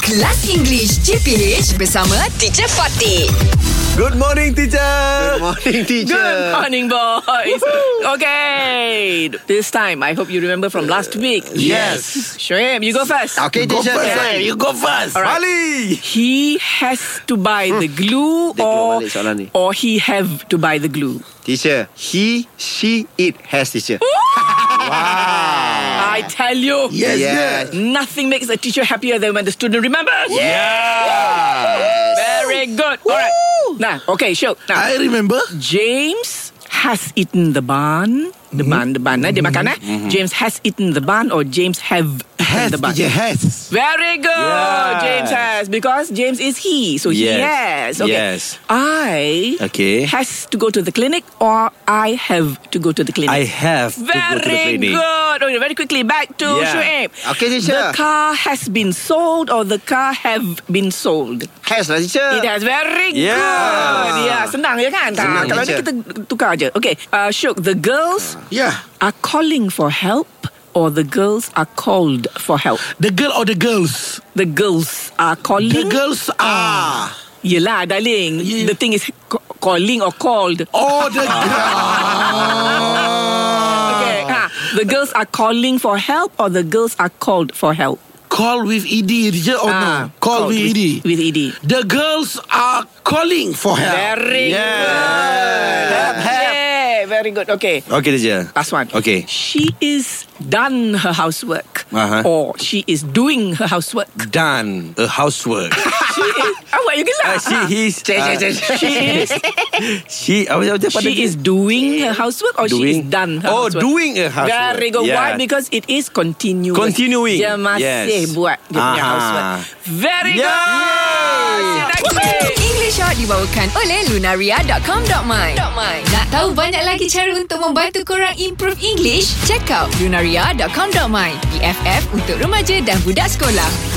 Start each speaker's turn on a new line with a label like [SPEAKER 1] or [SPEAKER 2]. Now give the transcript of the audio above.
[SPEAKER 1] Kelas English CPH bersama Teacher Fatih.
[SPEAKER 2] Good morning, teacher.
[SPEAKER 3] Good morning, teacher.
[SPEAKER 4] Good morning, boys. okay. This time, I hope you remember from last week.
[SPEAKER 3] Yes.
[SPEAKER 4] Shoaib, you go first.
[SPEAKER 3] Okay,
[SPEAKER 2] Go
[SPEAKER 3] teacher.
[SPEAKER 2] first,
[SPEAKER 3] Yeah,
[SPEAKER 2] eh.
[SPEAKER 3] you go first.
[SPEAKER 4] All right.
[SPEAKER 2] Ali.
[SPEAKER 4] He has to buy
[SPEAKER 3] Hmm.
[SPEAKER 4] the glue
[SPEAKER 3] Dia keluar
[SPEAKER 4] or
[SPEAKER 3] balik soalan ni.
[SPEAKER 4] or he have to buy the glue.
[SPEAKER 3] Teacher, he, she, it has teacher.
[SPEAKER 4] I tell you.
[SPEAKER 2] Yes,
[SPEAKER 3] Ah. Yes.
[SPEAKER 4] Nothing makes a teacher happier than when the student remembers. Very good. All right. Now, okay, sure. Now,
[SPEAKER 2] I remember.
[SPEAKER 4] James has eaten the bun. The
[SPEAKER 3] Mm-hmm.
[SPEAKER 4] bun, the bun. Eh? Dia makan eh? James has eaten the bun or James have
[SPEAKER 3] Has
[SPEAKER 4] eaten the bun.
[SPEAKER 3] teacher has.
[SPEAKER 4] Very good. James has because James is he, so he
[SPEAKER 2] Yes.
[SPEAKER 4] has. Okay.
[SPEAKER 2] Yes.
[SPEAKER 4] I
[SPEAKER 2] Okay.
[SPEAKER 4] has to go to the clinic or I have to go to the clinic.
[SPEAKER 2] I have to go to the
[SPEAKER 4] very
[SPEAKER 2] clinic.
[SPEAKER 4] good. Okay, very quickly back to
[SPEAKER 2] Yeah.
[SPEAKER 4] Shuaib.
[SPEAKER 3] Okay, teacher.
[SPEAKER 4] The car has been sold or the car have been sold.
[SPEAKER 3] Has lah teacher.
[SPEAKER 4] It has very
[SPEAKER 2] Yeah.
[SPEAKER 4] good. Yeah, senang je kan?
[SPEAKER 3] Senang,
[SPEAKER 4] Kalau ni
[SPEAKER 3] teacher.
[SPEAKER 4] kita tukar je. Okay, uh, Syuk, the girls
[SPEAKER 2] Yeah.
[SPEAKER 4] are calling for help or the girls are called for help?
[SPEAKER 2] The girl or the girls?
[SPEAKER 4] The girls are calling.
[SPEAKER 2] The girls are.
[SPEAKER 4] Yelah, darling.
[SPEAKER 2] Ye-
[SPEAKER 4] The thing is ca- calling or called.
[SPEAKER 2] Oh, the
[SPEAKER 5] Ah.
[SPEAKER 4] Okay, ha. The girls are calling for help or the girls are called for help?
[SPEAKER 2] call with ED, teacher,
[SPEAKER 5] Oh,
[SPEAKER 2] or
[SPEAKER 4] Ah,
[SPEAKER 2] no? Call with
[SPEAKER 5] E
[SPEAKER 2] ED.
[SPEAKER 4] With E ED.
[SPEAKER 2] The girls are calling for help.
[SPEAKER 4] Very good. Help, help. Yeah, very good. Okay.
[SPEAKER 5] Okay, teacher.
[SPEAKER 4] Last one.
[SPEAKER 5] Okay.
[SPEAKER 4] She is done her housework.
[SPEAKER 5] Uh-huh.
[SPEAKER 4] Or she is doing her housework.
[SPEAKER 5] Done a housework.
[SPEAKER 4] she is... Awak, you gelak.
[SPEAKER 5] uh, she is. Uh,
[SPEAKER 4] She is...
[SPEAKER 5] she. Apa apa apa?
[SPEAKER 4] She is doing her housework or she is done her
[SPEAKER 5] oh,
[SPEAKER 4] housework?
[SPEAKER 5] doing a housework.
[SPEAKER 4] Very good. Why? Because it is continuous.
[SPEAKER 5] Continuing.
[SPEAKER 4] Dia masih
[SPEAKER 5] Yes.
[SPEAKER 4] buat dia punya
[SPEAKER 5] Aha.
[SPEAKER 4] housework. Very
[SPEAKER 5] Yeah.
[SPEAKER 4] good. Yeah.
[SPEAKER 1] English Hot dibawakan oleh lunaria.com.my Nak tahu banyak lagi cara untuk membantu korang improve English? Check out lunaria.com.my BFF untuk remaja dan budak sekolah.